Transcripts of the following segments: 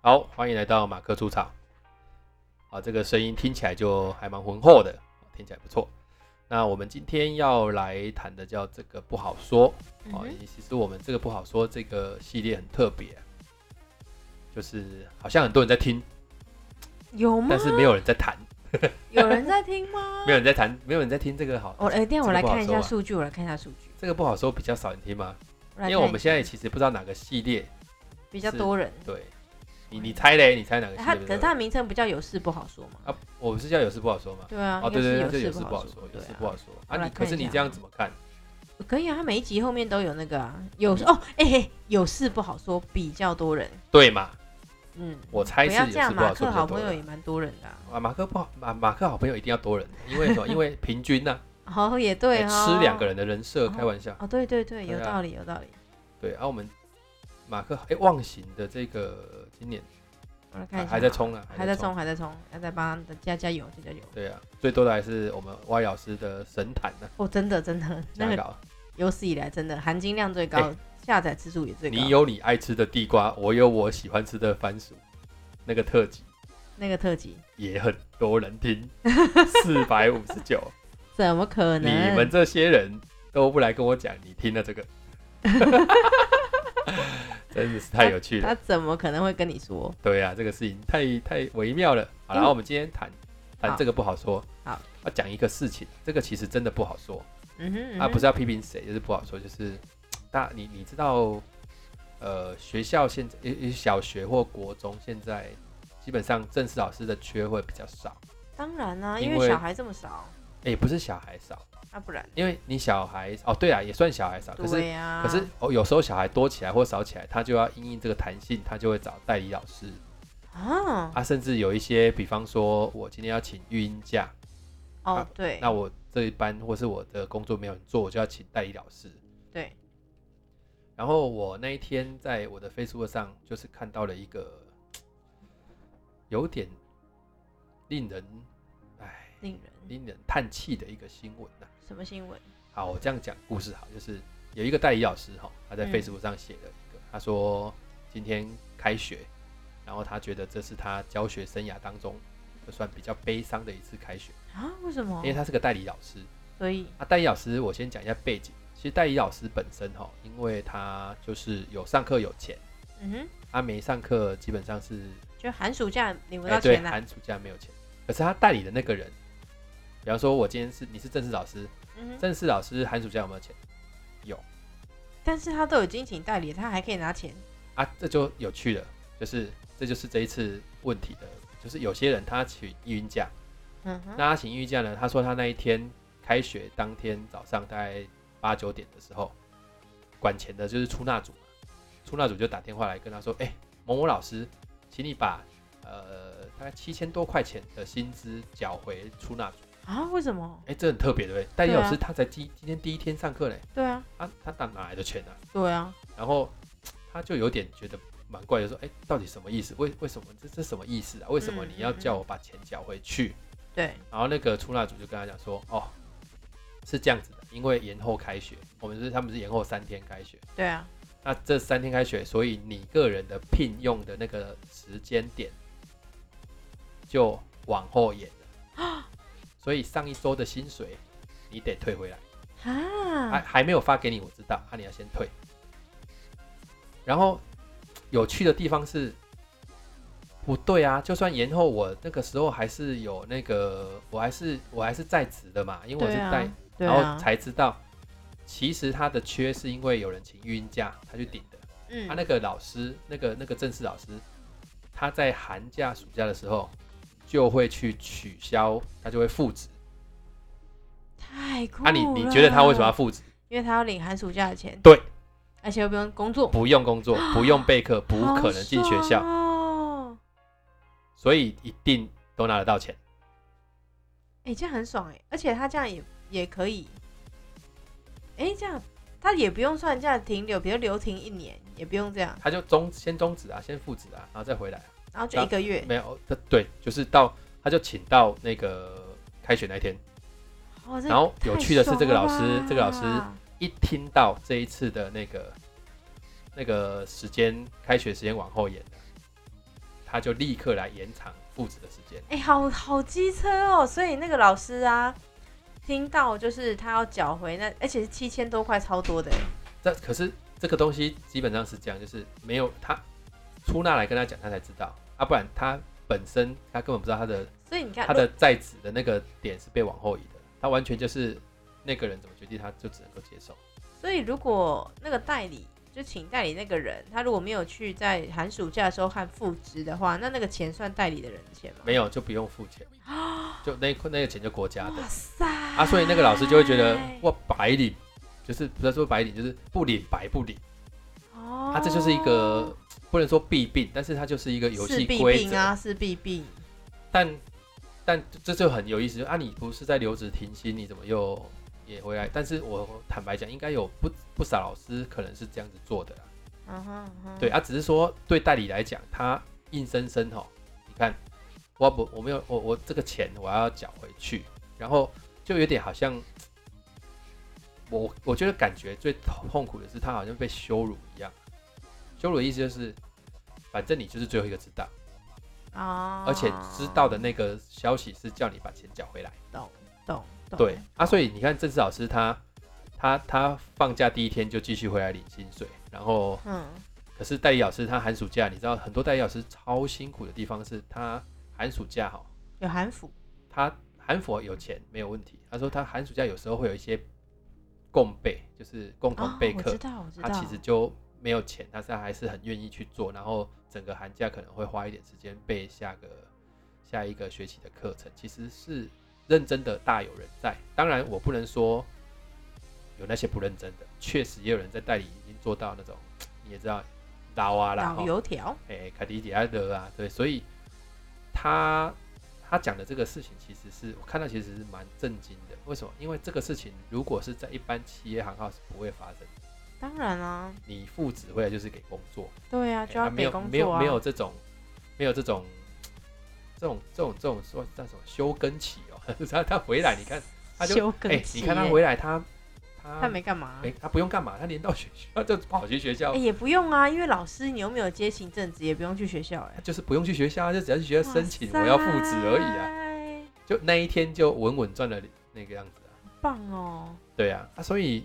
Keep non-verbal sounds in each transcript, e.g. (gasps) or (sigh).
好，欢迎来到马克出场。啊，这个声音听起来就还蛮浑厚的，听起来不错。那我们今天要来谈的叫这个不好说嗯啊，哼也其实我们这个不好说这个系列很特别，就是好像很多人在听，有吗但？是没有人在谈，有人在听 (laughs) 吗？没有人在谈，没有人在听这个好。我哎，等一下我来看一这个不好说啊下数据，我来看一下数据。这个不好说，比较少人听嘛，因因为我们现在其实不知道哪个系列，比较多人，对你你猜嘞，你猜哪个系嗯他列比较多可是人？他的名称不叫有事不好说嘛？啊，我们是叫有事不好说嘛。对啊，哦，应该对对对，是这有有事事不好好说，有对事不啊，好说啊！我来你可看是一你下这样怎么看？可以啊，他每一集后面都有那个啊，有嗯哦，哎嘿，有事不好说，比较多人，对嘛？嗯，我猜不是要有事这不好样，说。马克好比较朋多友人也蛮多人的啊，啊，马克不好，马马克好朋友一定要多人，因为什么？因为平均呐，哦，也 (laughs) 对哎哦，吃两个人的人设，哦开玩笑。哦，对对对，有对啊道理有道理，对，啊，我们马克哎，忘形的这个今年我来看还一下，还在，冲啊，还在。冲，还在冲，要再帮他加加油，加加油！对啊，最多的还是我们 Y 老师的神坛呢，哦，真的真的，那瞎个搞。有史以来真的含金量最高，哎下载次数也最高。你有你爱吃的地瓜，我有我喜欢吃的番薯，那个特辑那个特辑？也很多人 (laughs) 听，四百五十九。怎么可你能？们这些人都不来跟我讲，你听了这 (laughs) 个，真的是太有趣了。他怎么可能会跟你说？对啊，这个事情太太微妙了。好，嗯然后我们今天谈谈好这个不好说，好，要讲一个事情，这个其实真的不好说嗯哼，嗯哼啊，不是要批评谁，就是不好说，就是大你你知道，呃，学校现在呃呃小学或国中现在基本上正式老师的缺会比较少，当然啦、因因为为小孩这么少，哎，不是小孩少，那、不然因为你小孩哦，对啊，也算小孩少，可是对呀、可是哦，有时候小孩多起来或少起来，他就要因应这个弹性，他就会找代理老师嗯啊，啊，甚至有一些，比方说我今天要请育婴假，哦啊对那我这一班或是我的工作没有人做，我就要请代理老师。对，然后我那一天在我的 Facebook 上就是看到了一个有点令人哎令人令人叹气的一个新闻啊呐、什么新闻？好，我这样讲故事好，就是有一个代理老师哈，他在嗯 Facebook 上写了一个，他说今天开学，然后他觉得这是他教学生涯当中就算比较悲伤的一次开学，啊？为什么因？为他是个代理老师。所以啊，代理老师，我先讲一下背景。其实代理老师本身哈，因为他就是有上课有钱，嗯哼，他、没上课基本上是就寒暑假领不哎，到对，钱啊啦、寒暑假没有钱。可是他代理的那个人，比方说我今天是你是正式老师，嗯哼，正式老师寒暑假有没有钱？有。但是他都有金请代理，他还可以拿钱。啊，这就有趣了，就是这就是这一次问题的，就是有些人他请育婴假，嗯哼，那他请育婴假呢，他说他那一天开学当天早上大概八九点的时候，管钱的就是出纳组嘛，出纳组就打电话来跟他说，哎、某某老师，请你把呃大概七千多块钱的薪资缴回出纳组，啊？为什么哎、？这很特别对不对？代理对老啊师他才今今天第一天上课嘞，对啊，啊，他哪哪来的钱啊？对啊，然后他就有点觉得蛮怪的，说：“哎、到底什么意思？为为什么这这什么意思啊？为什么嗯你要嗯嗯叫我把钱缴回去？”对，然后那个出纳组就跟他讲说：“哦，是这样子的，因为延后开学，我们是他们是延后三天开学。对啊，那这三天开学，所以你个人的聘用的那个时间点就往后延了， (gasps) 所以上一周的薪水你得退回来。”还啊，还没有发给你，我知道，啊，你要先退。然后有趣的地方是，不对啊，就算延后，我那个时候还是有那个，我还是我还是在职的嘛，因为我是对带，啊，对然后啊，才知道，其实他的缺是因为有人请育婴假，他去顶的。嗯他、那个老师，那个那个正式老师，他在寒假、暑假的时候就会去取消，他就会复职。太酷啊了！你，你觉得他为什么要？复职？因为他要领寒暑假的钱，对，而且又不用工作，不用工作，不用备课，不可能进学好校，爽哦。所以一定都拿得到钱。哎、这样很爽哎，而且他这样也也可以，哎、这样他也不用算这样停留，比如留停一年，也不用这样，他就终先终止啊，先复职啊，然后再回来啊、然后就一个月，没有，这对，就是到他就请到那个开学那一天，哇这然后有趣的是太爽这个老师了吧这个老师一听到这一次的那个那个时间开学时间往后延了他就立刻来延长复职的时间。哎、好好机车哦！所以那个老师啊，听到就是他要缴回那，而且是七千多块，超多的欸。但可是这个东西基本上是这样，就是没有他出纳来跟他讲，他才知道啊，不然他本身他根本不知道他的所以你看，他的在职的那个点是被往后移的，他完全就是那个人怎么决定，他就只能够接受。所以如果那个代理就请代理那个人，他如果没有去在寒暑假的时候和复职的话，那那个钱算代理的人的钱吗？没有就不用付钱，就那一块那个钱就国家的啊哇塞！啊，啊所以那个老师就会觉得哇白领，就是不是说白领，就是不领白不领，哦他、啊这就是一个不能说弊病，但是它就是一个游是戏弊规病则。啊，是弊病。但但这就很有意思，就啊，你不是在留职停薪，你怎么又也回来？但是我坦白讲，应该有不不少老师可能是这样子做的啦。嗯哼嗯哼对，啊，只是说对代理来讲，他硬生生吼，你看，我不我没有我我这个钱我要缴回去，然后就有点好像，我我觉得感觉最痛苦的是他好像被羞辱一样，羞辱的意思就是，反正你就是最后一个知道，哦，而且知道的那个消息是叫你把钱缴回来。懂懂懂。对啊，所以你看郑志老师他他他放假第一天就继续回来领薪水，然后嗯，可是代理老师他寒暑假，你知道很多代理老师超辛苦的地方是他寒暑假哈，有韩服他韩佛有钱没有问题，他说他寒暑假有时候会有一些共备，就是共同哦备我课，知道我知道。他其实就没有钱，但是他还是很愿意去做，然后整个寒假可能会花一点时间背下个下一个学期的课程，其实是认真的大有人在。当然，我不能说有那些不认真的，确实也有人在代理已经做到那种，你也知道，老啊啦，导吼油条，哎，凯迪迪埃德啊，对，所以他他讲的这个事情，其实是我看到其实是蛮震惊的。为什么？因为这个事情如果是在一般企业行号是不会发生的。当然啊，你复职回来就是给工作，对啊，哎就要啊没给有工没作有啊。没有这种没有这种这种这种这种说叫什么休耕期哦， (laughs) 他他回来你看他就休哎、更你期耶，看他回来他他他没干嘛？哎他不用干嘛，他连到学校 (laughs) 就跑去学校哎、，也不用啊，因为老师你又没有接行政职，也不用去学校他哎、就是不用去学校啊，就只要去学校申请哇我要复职而已啊，塞就那一天就稳稳赚了那个样子啊，棒哦，对啊，啊所以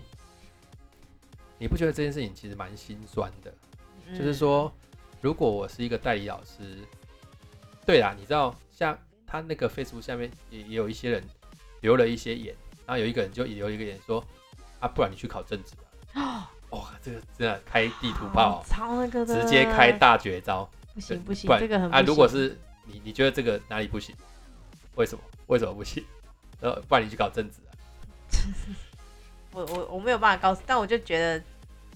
你不觉得这件事情其实蛮心酸的？嗯就是，说，如果我是一个代理老师，对啦，你知道，像他那个 Facebook 下面也也有一些人留了一些言，然后有一个人就也留一个言说，啊，不然你去考政治吧。 (gasps) 哇、这个真的开地图炮好、超那哦个哦，的，直接开，大绝招。不行对不行不，然这个很不啊，如果行是你，你觉得这个哪里不行？为什么？为什么不行？ (laughs) 呃，不然你去搞政治啊。我我我没有办法告诉，但我就觉得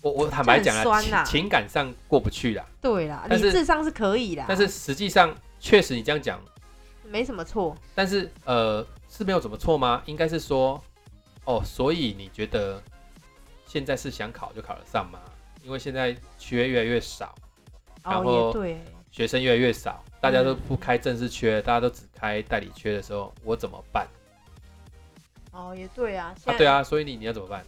我我坦白这很讲啊，酸情啦情感上过不去啦，对啊啦，但理是智上是可以啦，但是实际上确实你这样讲。没什么错，但是呃，是没有怎么错吗？应该是说，哦，所以你觉得现在是想考就考得上吗？因为现在缺越来越少，然哦后也对，学生越来越少，大家都不开正式缺，大家都只开代理缺的时候，我怎么办？哦也对啊，现啊，在对，啊，所以你你要怎么办？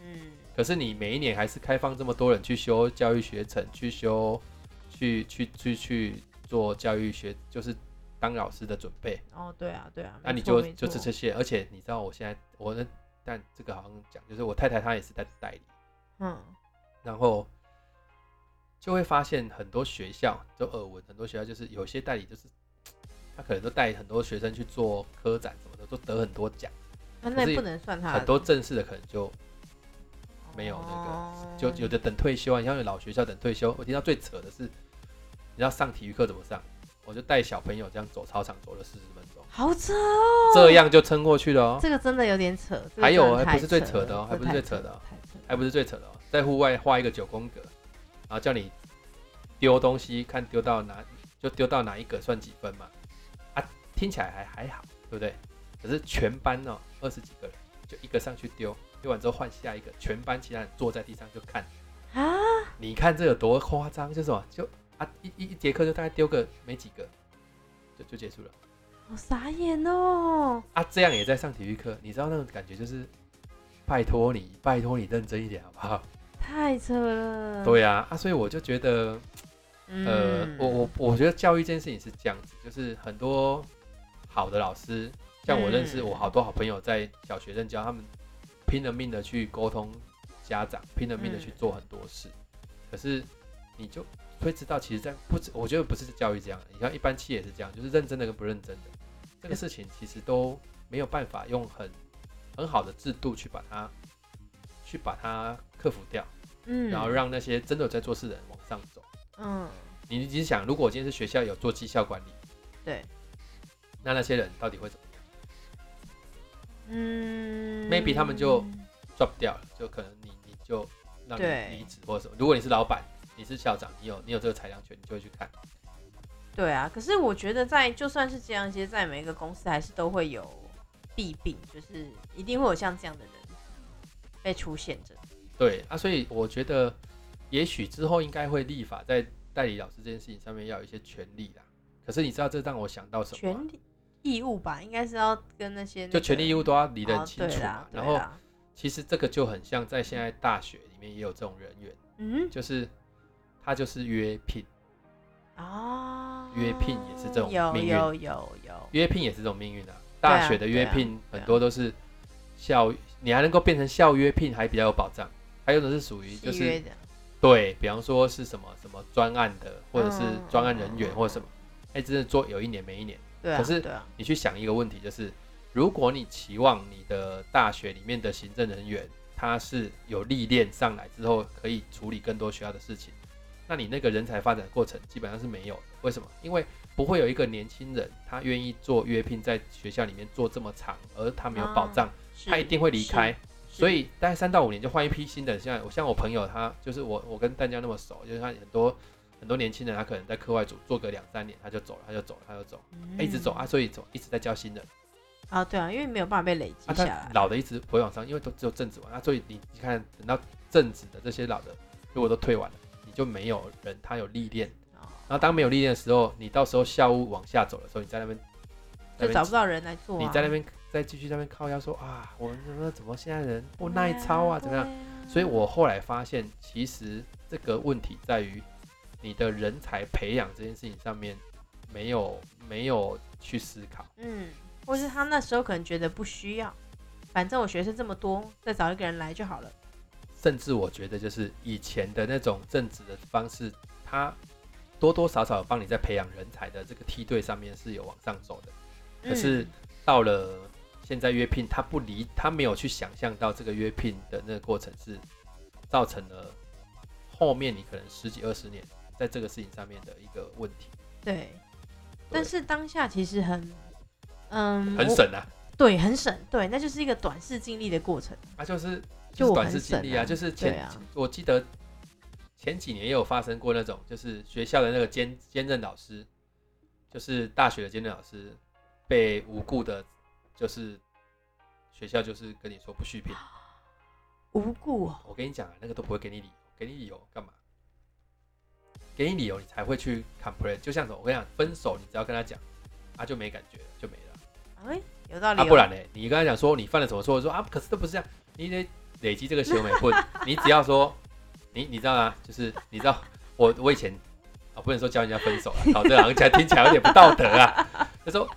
嗯，可是你每一年还是开放这么多人去修教育学程，去修，去去去去做教育学，就是当老师的准备。哦对啊对啊，那、你没错就没就错是这些，而且你知道我现在我那但这个好像讲，就是我太太她也是在代理，嗯然后就会发现很多学校就耳闻，很多学校就是有些代理就是他可能都带很多学生去做科展什么的，都得很多奖，啊那可是也不能算他哦很多正式的可能就没有那个个就有的等退休啊，你像有老学校等退休，我听到最扯的是，你知道上体育课怎么上？我就带小朋友这样走操场走了四十分钟，好扯哦，这样就撑过去了哦。这个真的有点扯，这个还有真的还不太是最扯扯的哦这还不是太最扯的哦太扯了还不是最扯的哦，在户外画一个九宫格，然后叫你丢东西，看丢到哪就丢到哪一格算几分嘛。啊，听起来还还好，对不对？可是全班哦，二十几个人，就一个上去丢，丢完之后换下一个，全班其他人坐在地上就看。啊，你看这有多夸张？就是什么？就啊一一一节课就大概丢个没几个，就就结束了。好傻眼哦！啊，这样也在上体育课，你知道那种感觉就是，拜托你，拜托你认真一点好不好？啊太扯了。对呀、啊，所以我就觉得，呃，嗯，我我我觉得教育这件事情是这样子，就是很多好的老师，像我认识嗯我好多好朋友在小学任教，他们拼了命的去沟通家长，拼了命嗯的去做很多事，可是你就会知道，其实在不止，我觉得不是教育这样，你像一般企业也是这样，就是认真的跟不认真的这个事情，其实都没有办法用很很好的制度去把它去把它克服掉，嗯，然后让那些真的有在做事的人往上走。嗯，你你想，如果我今天是学校有做绩效管理，对，那那些人到底会怎么样嗯 Maybe 他们就？drop 掉了，就可能你你就让对你离职或者什么。如果你是老板，你是校长，你有你有这个裁量权，你就会去看。对啊，可是我觉得在就算是这样，其实在每一个公司还是都会有弊病，就是一定会有像这样的人被出现着。对啊，所以我觉得也许之后应该会立法在代理老师这件事情上面要有一些权利啦。可是你知道这让我想到什么吗？权利义务吧，应该是要跟那些、那就权利义务务都要理得很清楚嘛。哦、对啦然后对啦其实这个就很像在现在大学里面也有这种人员，嗯就是他就是约聘。啊，约聘也是这种有命运有有有，约聘也是这种命运啊。对啊大学的约聘对啊很多都是校，你还能够变成校约聘，还比较有保障。还有的是属于就契约是的对，比方说是什么什么专案的，或者是专案人员嗯或者什么，哎，真的做有一年没一年。对啊，可是对啊，你去想一个问题，就是如果你期望你的大学里面的行政人员他是有历练上来之后，可以处理更多学校的事情，那你那个人才发展过程基本上是没有的。为什么？因为不会有一个年轻人他愿意做约聘，在学校里面做这么长，而他没有保障，啊是他一定会离开。。是所以大概三到五年就换一批新的人。像我像我朋友他，就是我我跟淡江那么熟，就是他很多很多年轻人，他可能在课外组做个两三年，他就走了，他就走了，他就走了。嗯欸一直走啊，所以走一直在教新人啊，对啊，因为没有办法被累啊，积他下来，老的一直不会往上，因为都只有正职完啊，所以你你看等到正职的这些老的如果都退完了，你就没有人他有历练，哦然后当没有历练的时候，你到时候校务往下走的时候，你在那边在那就找边不到人来做啊。你在那边再继续在那边靠腰说啊，我们怎么怎么现在人不耐操啊，怎么样？样所以我后来发现，其实这个问题在于你的人才培养这件事情上面没有没有去思考。嗯，或是他那时候可能觉得不需要，反正我学生这么多，再找一个人来就好了。甚至我觉得就是以前的那种政治的方式，它多多少少帮你在培养人才的这个梯队上面是有往上走的。可是嗯到了现在约聘，他不离，他没有去想象到这个约聘的那个过程是造成了后面你可能十几二十年在这个事情上面的一个问题，对，但是当下其实很，嗯，很我，省啊，对，很省，对，那就是一个短视经历的过程。啊就是就是我短很视经省历啊，啊就是对前、啊，我记得前几年也有发生过那种，就是学校的那个兼兼任老师，就是大学的兼任老师被无故的，就是学校就是跟你说不续聘。无故哦我跟你讲啊，那个都不会给你理由，给你理由干嘛？给你理由你才会去 complain。就像什么，我跟你讲，分手你只要跟他讲，他、就没感觉了就没了。哎，有道理啊，哦。不然呢？你跟他讲说你犯了什么错，说啊，可是都不是这样，你得累积这个行为 (laughs) 不，你只要说，你你知道吗？就是你知道， (laughs) 我我以前啊、不能说教人家分手啊， (laughs) 搞这个好像听起来有点不道德 (laughs) 啊。就说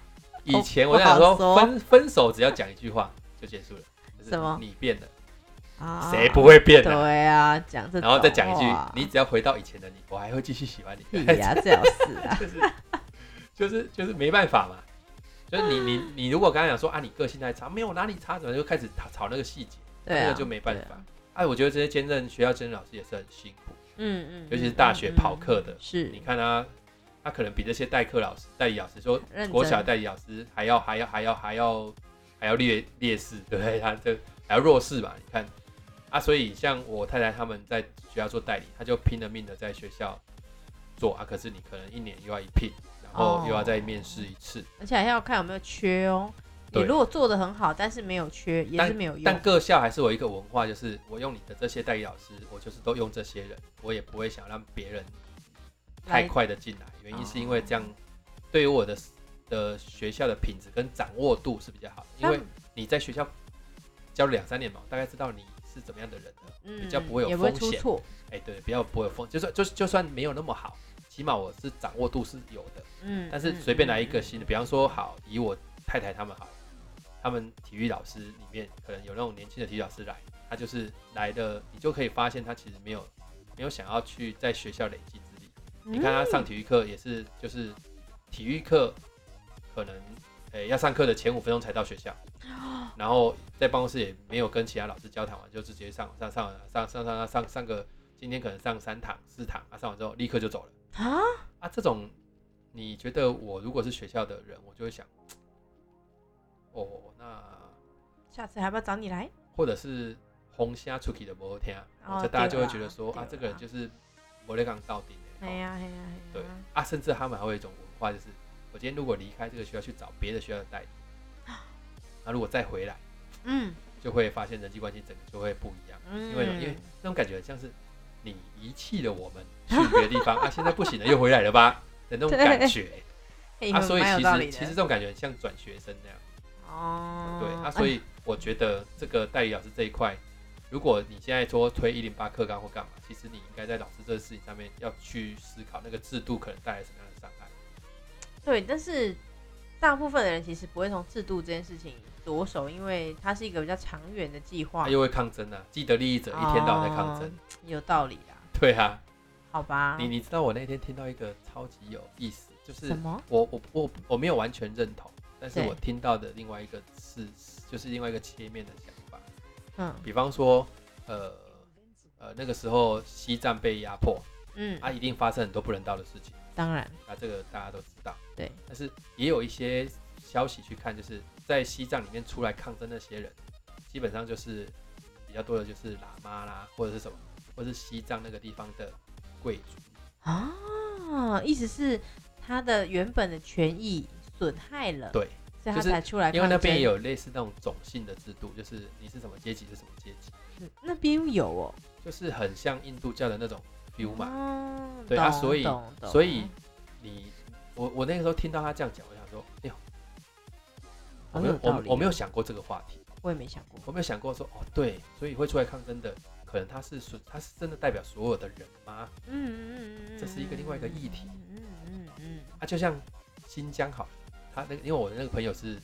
以前我在想不好说说分分手只要讲一句话就结束了，就是什么你变了，啊谁不会 (laughs) 变啊？对啊，讲这种然后再讲一句话，你只要回到以前的你，我还会继续喜欢你。屁呀，最好是啊，就是就是没办法嘛，就是你你你如果刚才讲说啊，你个性太差，没有哪里差，怎么就开始吵吵那个细节，对 (laughs) 那啊，个就没办对啊法。哎、我觉得这些兼任学校兼任老师也是很辛苦，嗯嗯，尤其是嗯大学嗯跑课的嗯是你看他，他可能比这些代课老师、代理老师说认国小的真代理老师还要还要还要还要还要劣劣势，对不对？他 (laughs) 这还要弱势嘛？你看啊，所以像我太太他们在学校做代理，他就拼了命的在学校做啊，可是你可能一年又要一聘，然哦后又要再面试一次。而且还要看有没有缺哦。你对如果做的很好，但是没有缺，也是没有但用。各校还是有一个文化，就是我用你的这些代理老师，我就是都用这些人，我也不会想让别人太来快的进来。原因是因为哦这样，对于我的的学校的品质跟掌握度是比较好的，因但为你在学校教了两三年嘛，我大概知道你是怎么样的人了。嗯比较不会有也不会风出险错。哎，对，不要不会有风，就算就是就算没有那么好，起起码我是掌握度是有的。嗯，但是随便来一个新的，比方说好，以我太太他们好了，他们体育老师里面可能有那种年轻的体育老师来，他就是来的，你就可以发现他其实没有没有想要去在学校累积资历。嗯，你看他上体育课也是，就是体育课可能诶、要上课的前五分钟才到学校，哦然后在办公室也没有跟其他老师交谈完，就直接上上上上上上上上个今天可能上三堂四堂啊，上完之后立刻就走了。啊，啊，这种你觉得我如果是学校的人，我就会想，哦，那下次还不要找你来？或者是红虾出去的摩天，哦这大家就对会啦觉得说对啊，这个人啦就是摩雷港到顶的。哎哦呀哎呀哎对呀，啊，甚至他们还会有一种文化，就是我今天如果离开这个学校去找别的学校的代理，啊那、如果再回来，嗯就会发现人际关系整个就会不一样，嗯，因为有因为那种感觉很像是你遗弃了我们去别的地方啊，现在不行了又回来了吧的那种 (laughs) 感觉。嘿啊，所以哎蛮有其道实理的其实这种感觉很像转学生那样，哦，对啊，所以我觉得这个代理老师这一块，如果你现在说推一零八课纲或干嘛，其实你应该在老师这个事情上面要去思考那个制度可能带来什么样的伤害。对，但是大部分的人其实不会从制度这件事情着手，因为它是一个比较长远的计划他。又会抗争啊，既得利益者一天到晚在抗争哦。有道理啦，对啊，好吧？你你知道我那天听到一个超级有意思，就是什么？我我我我没有完全认同，但是对我听到的另外一个是就是另外一个切面的想法，嗯比方说呃呃那个时候西藏被压迫，嗯，啊，一定发生很多不人道的事情，当然，啊，这个大家都知道。对，但是也有一些消息去看，就是在西藏里面出来抗争那些人，基本上就是比较多的就是喇嘛啦，或者是什么，或者是西藏那个地方的贵族，啊，意思是他的原本的权益损害了，对，所以就他是才出来因为抗争。那边也有类似那种种姓的制度，就是你是什么阶级是什么阶级，嗯那边有哦，就是很像印度教的那种 feel 嘛。哦对啊懂所以懂懂所以你我我那个时候听到他这样讲，我想说，哎呦，我没有好有道我理哦我没有想过这个话题。我也没想过，我没有想过说，哦，对，所以会出来抗争的，可能他是所，他是真的代表所有的人吗？嗯嗯嗯嗯，这是一个另外一个议题嗯嗯嗯啊，就像新疆好了，他那个，因为我的那个朋友是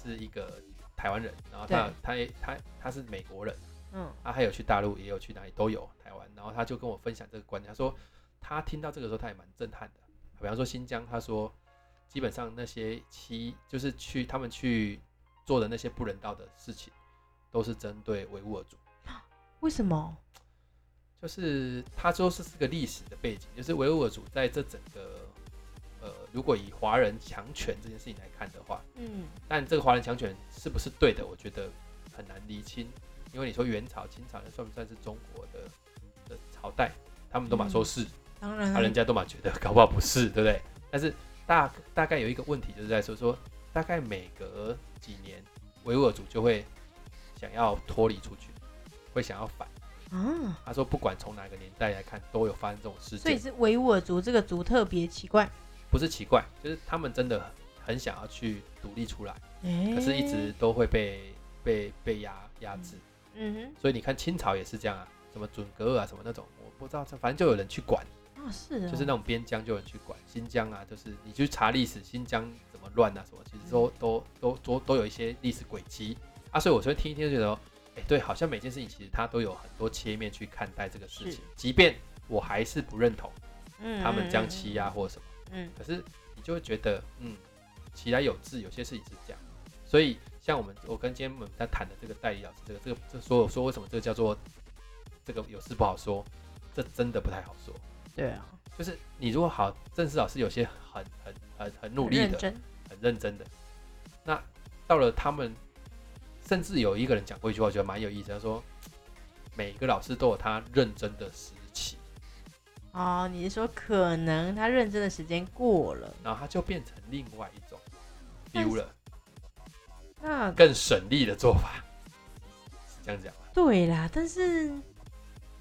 是一个台湾人，然后他对他也他他是美国人，啊嗯他还有去大陆，也有去哪里都有台湾，然后他就跟我分享这个观点，他说他听到这个时候他也蛮震撼的，比方说新疆，他说基本上那些欺就是去他们去做的那些不人道的事情，都是针对维吾尔族。为什么？就是他说是是个历史的背景，就是维吾尔族在这整个呃，如果以华人强权这件事情来看的话，嗯，但这个华人强权是不是对的，我觉得很难厘清，因为你说元朝、清朝，那算不算是中国的的朝代？他们都嘛说是，当然啊，人家都嘛觉得搞不好不是，对不对？但是大大概有一个问题就是在说说，大概每隔几年，维吾尔族就会想要脱离出去，会想要反。啊，他说不管从哪个年代来看，都有发生这种事所以件，是维吾尔族这个族特别奇怪，不是奇怪，就是他们真的很想要去独立出来，可可是一直都会被被被压压制。嗯所以你看清朝也是这样啊，什么准格尔啊，什么那种，我不知道，反正就有人去管，哼，啊是哦，就是那种边疆就有人去管。新疆啊，就是你去查历史，新疆怎么乱啊，什么其实嗯都都都都都有一些历史轨迹啊。所以我就会听一听就觉得，哎、对，好像每件事情其实它都有很多切面去看待这个事是情，即便我还是不认同。嗯他们啊这样欺压，或什么，嗯可是你就会觉得，嗯，其来有志，有些事情是这样。所以像我们，我跟今天我们在谈的这个代理老师，这个这个这所有说为什么这个叫做这个有事不好说，这真的不太好说。嗯，对啊，就是你如果好，正式老师有些很很很很努力很的认，真，很认真的。那到了他们，甚至有一个人讲过一句话，我觉得蛮有意思，他说每个老师都有他认真的时期。哦，你是说可能他认真的时间过了，然后它就变成另外一种但是 feel 了，那更省力的做法，是这样讲啊吧？对啦，但是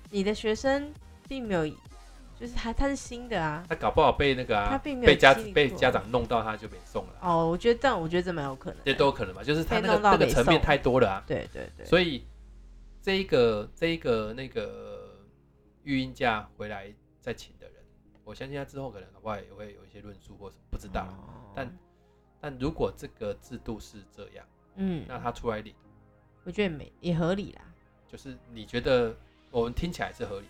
你的学生并没有，就是他他是新的啊，他搞不好被那个他啊，并没有被家经历被过家长弄到，他就没送了啊、哦，我觉得但我觉得这蛮有可能的，这都有可能吧？就是他被那个弄到那个北层面宋太多了啊，对对对，所以这一个这一个那个育婴假回来再请的人，我我相信他之后可能搞不好也会有一些论述或什么，不知道。哦但但如果这个制度是这样，嗯，那他出来领，我觉得没也合理啦，就是你觉得我们听起来是合理，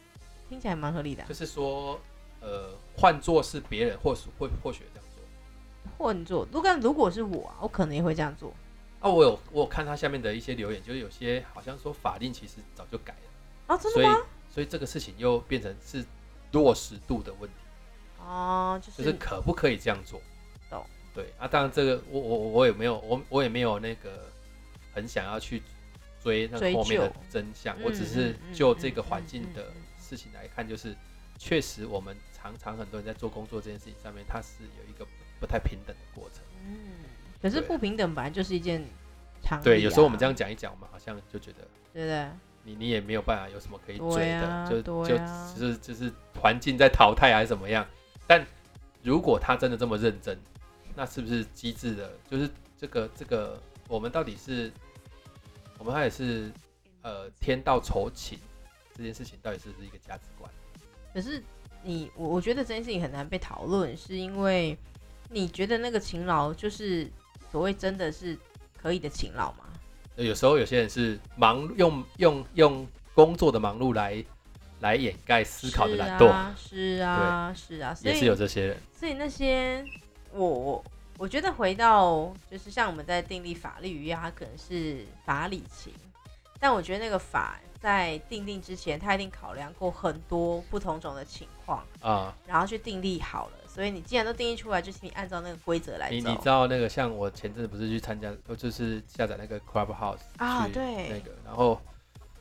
听起来蛮合理的啊、就是说，呃，换做是别人或许会或许会这样做。混做。如果如果是我、啊，我可能也会这样做。啊，我有我有看他下面的一些留言，就是有些好像说法令其实早就改了，哦，真所的以吗？所以这个事情又变成是落实度的问题，哦，就就是是可不可以这样做懂？对啊，当然这个我我我我也没有我我也没有那个很想要去追那个追后面的究真相，嗯我只是嗯嗯就嗯这个环嗯境嗯的嗯事情来看，就是确实我们常常很多人在做工作这件事情上面，它是有一个不太平等的过程。嗯，可是对不平等本来就是一件常理、啊。对，有时候我们这样，讲一讲，我们好像就觉得对不对？你你也没有办法有什么可以追对的，啊就对啊就就是就是环境在淘汰还是怎么样？但如果他真的这么认真，那是不是机智的？就是这个这个，我们到底是，我们到底是呃天道酬勤这件事情，到底是不是一个价值观？可是你，我我觉得这件事情很难被讨论，是因为你觉得那个勤劳就是所谓真的是可以的勤劳吗？有时候有些人是忙用用用工作的忙碌来来掩盖思考的懒惰，啊是啊，是啊，是啊，所也以是有这些人。所以那些我我我觉得回到就是像我们在订立法律一样，它可能是法理情，但我觉得那个法在定定之前，它一定考量过很多不同种的情况，啊、然后去定立好了。所以你既然都定义出来，就请你按照那个规则来你走你知道那个像我前阵子不是去参加，我就是下载那个 Clubhouse 啊，去对，那个，然后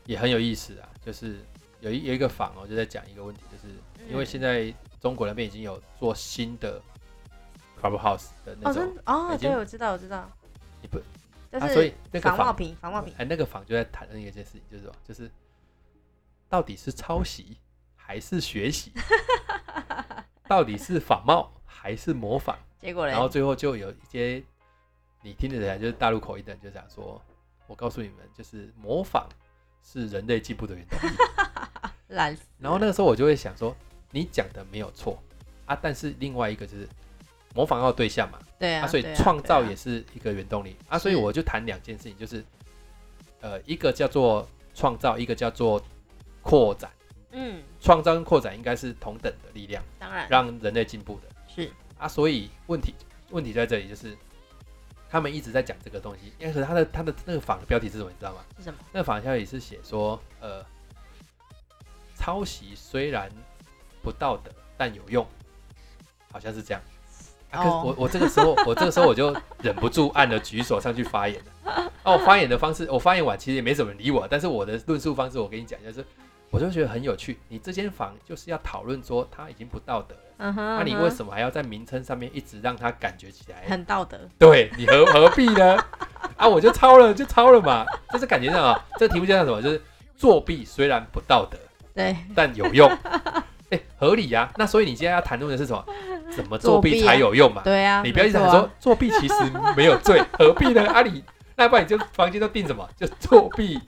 也很有意思啊，就是有一有一个访哦，就在讲一个问题，就是因为嗯现在中国那边已经有做新的 Clubhouse 的那种哦，真，的哦，已经对，我知道，我知道，你不就啊，所是以那个仿冒访品，仿冒品，哎，那个访就在谈论一件事情，就是什么，就是到底是抄袭还是学 (laughs) 习，到底是仿冒还是模仿。结果嘞然，后最后就有一些你听得起来就是大陆口音的人就讲说，我告诉你们，就是模仿是人类进步的原动力。懒死然后那个时候我就会想说，你讲的没有错啊，但是另外一个就是模仿要有对象嘛，对啊，啊，所以对啊创造对也啊是一个原动力啊，所以是我就谈两件事情，就是呃，一个叫做创造，一个叫做扩展。嗯，创造跟扩展应该是同等的力量，当然让人类进步的。是啊，所以问题问题在这里，就是他们一直在讲这个东西，因为可是他的他的那个访的标题是什么，你知道吗？是什么？那个访的标题是写说，呃，抄袭虽然不道德，但有用，好像是这样。啊、可是哦我我这个时候，我这个时候我就忍不住按了举手上去发言了。啊，我发言的方式，我发言完其实也没什么人理我，但是我的论述方式，我跟你讲，就是我就觉得很有趣。你这间房就是要讨论说他已经不道德了，嗯哼，那、嗯啊你哼为什么还要在名称上面一直让他感觉起来？很道德，对你何何必呢？ (laughs) 啊，我就抄了，就抄了嘛。就是感觉上啊，这个题目就像什么，就是作弊虽然不道德，对，但有 (laughs) 用。哎、合理呀、那所以你今天要谈论的是什么？怎么作弊才有用嘛？对啊，你不要一没直错喊啊说、作弊其实没有罪，何必呢？啊你， (laughs) 那不然你就房间都定什么？就作弊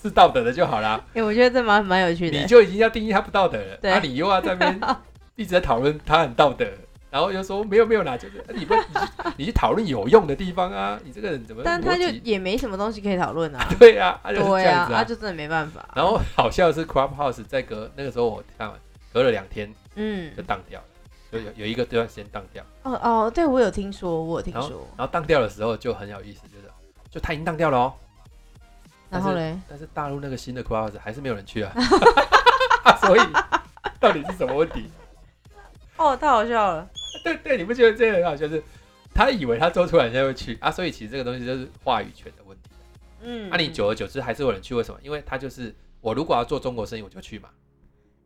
是道德的就好啦。哎、我觉得这蛮蛮有趣你的。就已经要定义他不道德了，对啊，你又要在那 (laughs) 边一直在讨论他很道德，然后又说没有没有啦，就是啊你不你去你去讨论有用的地方啊，你这个人怎么但他就逻辑 (laughs) 也没什么东西可以讨论啊。对啊，他就是这对样啊，子他、就真的没办法。然后好笑的是 Clubhouse 在隔那个时候我看完隔了两天嗯就，当掉了，就有有一个这段时间当掉，哦哦，对我有听说，我有听说。然后当掉的时候就很有意思，就是就他已经当掉了哦，然但后是嘞，但是大陆那个新的 Clubhouse 还是没有人去啊， (laughs) 所以到底是什么问题？哦，太好笑了。 (laughs) 对对，你不觉得这个很好笑？就是他以为他做出来人家会去啊，所以其实这个东西就是话语权的问题。嗯，啊那、你久而久之还是有人去，为什么？因为他就是我如果要做中国生意，我就去嘛。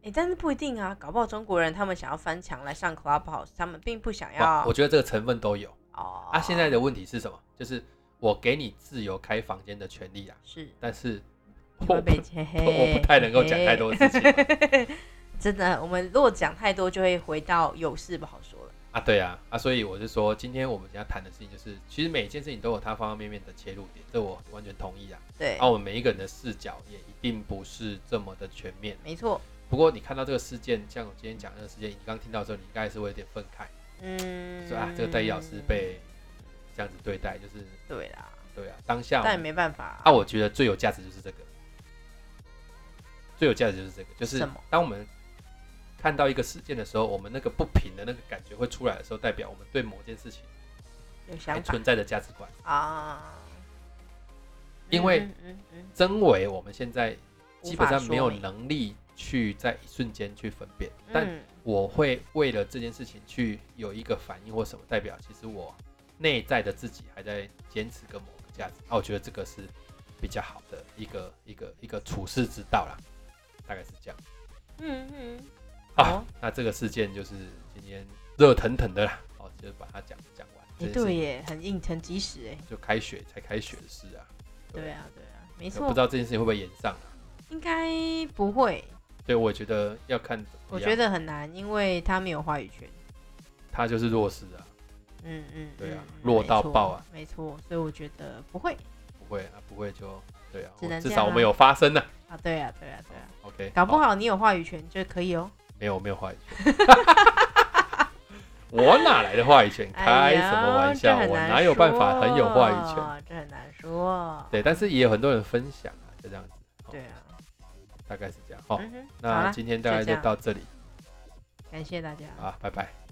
哎、但是不一定啊，搞不好中国人他们想要翻墙来上 Clubhouse，他们并不想哇要。我觉得这个成分都有。哦，啊，现在的问题是什么？就是我给你自由开房间的权利啊，是但是我你会不被切黑， (laughs) 我不太能够讲太多事情啊嘛真的，我们如果讲太多，就会回到有事不好说了。啊，对啊啊，所以我就说，今天我们要谈的事情就是，其实每件事情都有它方方面面的切入点，这我完全同意啊。对，啊，我们每一个人的视角也一定不是这么的全面。没错，不过你看到这个事件，像我今天讲这个事件，你刚听到之后，你应该还是会有点愤慨，嗯，说啊，这个代医老师被这样子对待，就是对啦，对啊，当下我但也们没办法，啊，我觉得最有价值就是这个，最有价值就是这个，就是什么当我们看到一个事件的时候，我们那个不平的那个感觉会出来的时候，代表我们对某件事情有还想法存在的价值观。啊，因为嗯嗯嗯真伪我们现在嗯基本上没有无法说明能力去在一瞬间去分辨，但嗯我会为了这件事情去有一个反应或什么，代表其实我内在的自己还在坚持个某个价值。啊，我觉得这个是比较好的一个一个一个处世之道啦，大概是这样。嗯嗯，好好，那这个事件就是今天热腾腾的啦，哦，就是把它讲讲完。哎这件事对情耶，很硬，很及时哎，就开学才开学的事啊，对啊对啊，没不错知，道这件事情会不会延上啊？应该不会，所以我觉得要看怎么样。我觉得很难，因为他没有话语权。他就是弱势啊，嗯嗯，对啊嗯弱到爆啊，没错没错，所以我觉得不会不会啊，不会就对啊，只我能至这少样我啊们有发声呐、啊，对啊对啊对啊， OK，搞不好好你有话语权就可以哦。没有没有话语权， (laughs) 我哪来的话语权？开什么玩笑？哎呦我哪有办法很有话语权？？这很难说这很难说。对，但是也有很多人分享啊，就这样子。好对，啊，大概是这样。好，嗯哼，好那啦，今天大概就这就样到这里感谢大家。啊，拜拜。拜拜。